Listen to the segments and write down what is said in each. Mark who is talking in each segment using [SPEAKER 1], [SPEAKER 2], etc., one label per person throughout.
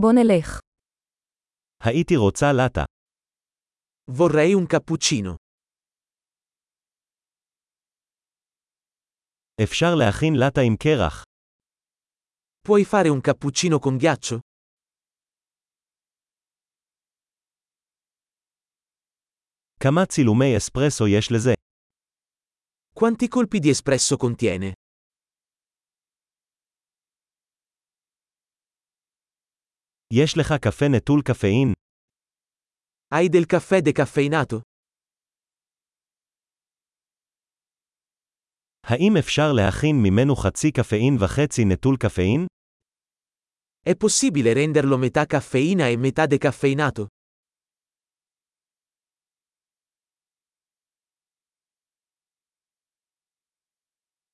[SPEAKER 1] בוא נלך.
[SPEAKER 2] הייתי רוצה לטה.
[SPEAKER 3] Vorrei un cappuccino.
[SPEAKER 2] אפשר להכין לטה עם קרח.
[SPEAKER 3] Puoi fare un cappuccino con ghiaccio?
[SPEAKER 2] כמה צילומי אספרסו יש לזה?
[SPEAKER 3] Quanti colpi di espresso contiene?
[SPEAKER 2] יש לך קפה נטול קפאין?
[SPEAKER 3] Hai del caffè decaffeinato?
[SPEAKER 2] האם אפשר להכין ממנו חצי קפאין וחצי נטול קפאין?
[SPEAKER 3] È possibile renderlo metà caffeina e metà decaffeinato?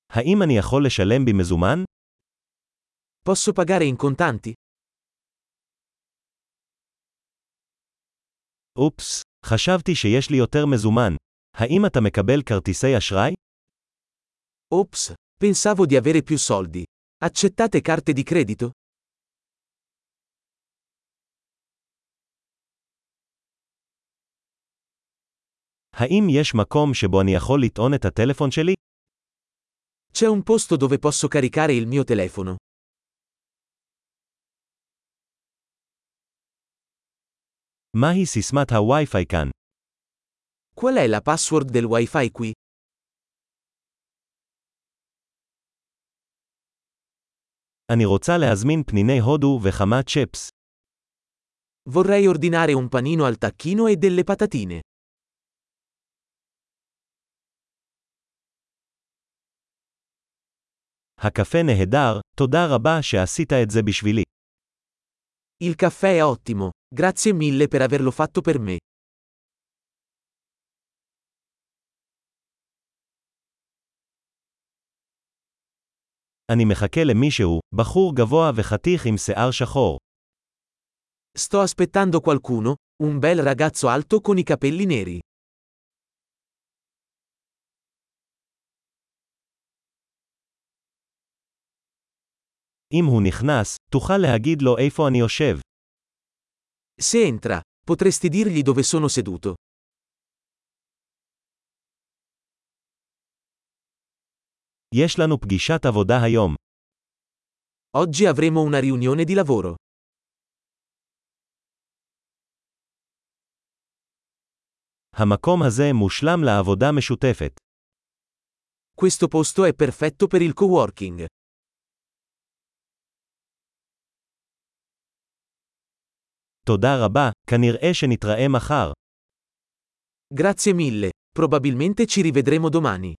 [SPEAKER 2] האם אני יכול לשלם במזומן?
[SPEAKER 3] Posso pagare in contanti?
[SPEAKER 2] אופס, חשבתי שיש לי יותר מזומן. האם אתה מקבל כרטיסי אשראי?
[SPEAKER 3] Ops, pensavo di avere più soldi. Accettate carte di credito?
[SPEAKER 2] האם יש מקום שבו אני יכול לטעון את הטלפון שלי?
[SPEAKER 3] C'è un posto dove posso caricare il mio telefono.
[SPEAKER 2] מהי סיסמת הווי-פיי כאן?
[SPEAKER 3] Qual è la password del wifi qui?
[SPEAKER 2] אני רוצה להזמין פניני הודו וכמה צ'פס.
[SPEAKER 3] Vorrei ordinare un panino al tacchino e delle patatine.
[SPEAKER 2] הקפה נהדר, תודה רבה שעשית את זה בשבילי.
[SPEAKER 3] Il caffè è ottimo, grazie mille per averlo fatto per me.
[SPEAKER 2] אני מחכה למישהו, בחור גבוה וחתיך עם שיער שחור.
[SPEAKER 3] Sto aspettando qualcuno, un bel ragazzo alto con i capelli neri.
[SPEAKER 2] אם הוא נכנס, תוכל להגיד לו איפה אני יושב.
[SPEAKER 3] Se entra, potresti dirgli dove sono seduto.
[SPEAKER 2] יש לנו פגישת עבודה היום.
[SPEAKER 3] Oggi avremo una riunione di lavoro.
[SPEAKER 2] המקום הזה מושלם לעבודה משותפת.
[SPEAKER 3] Questo posto è perfetto per il coworking.
[SPEAKER 2] תודה רבה, כנראה שנתראה מחר.
[SPEAKER 3] Grazie mille, probabilmente ci rivedremo domani.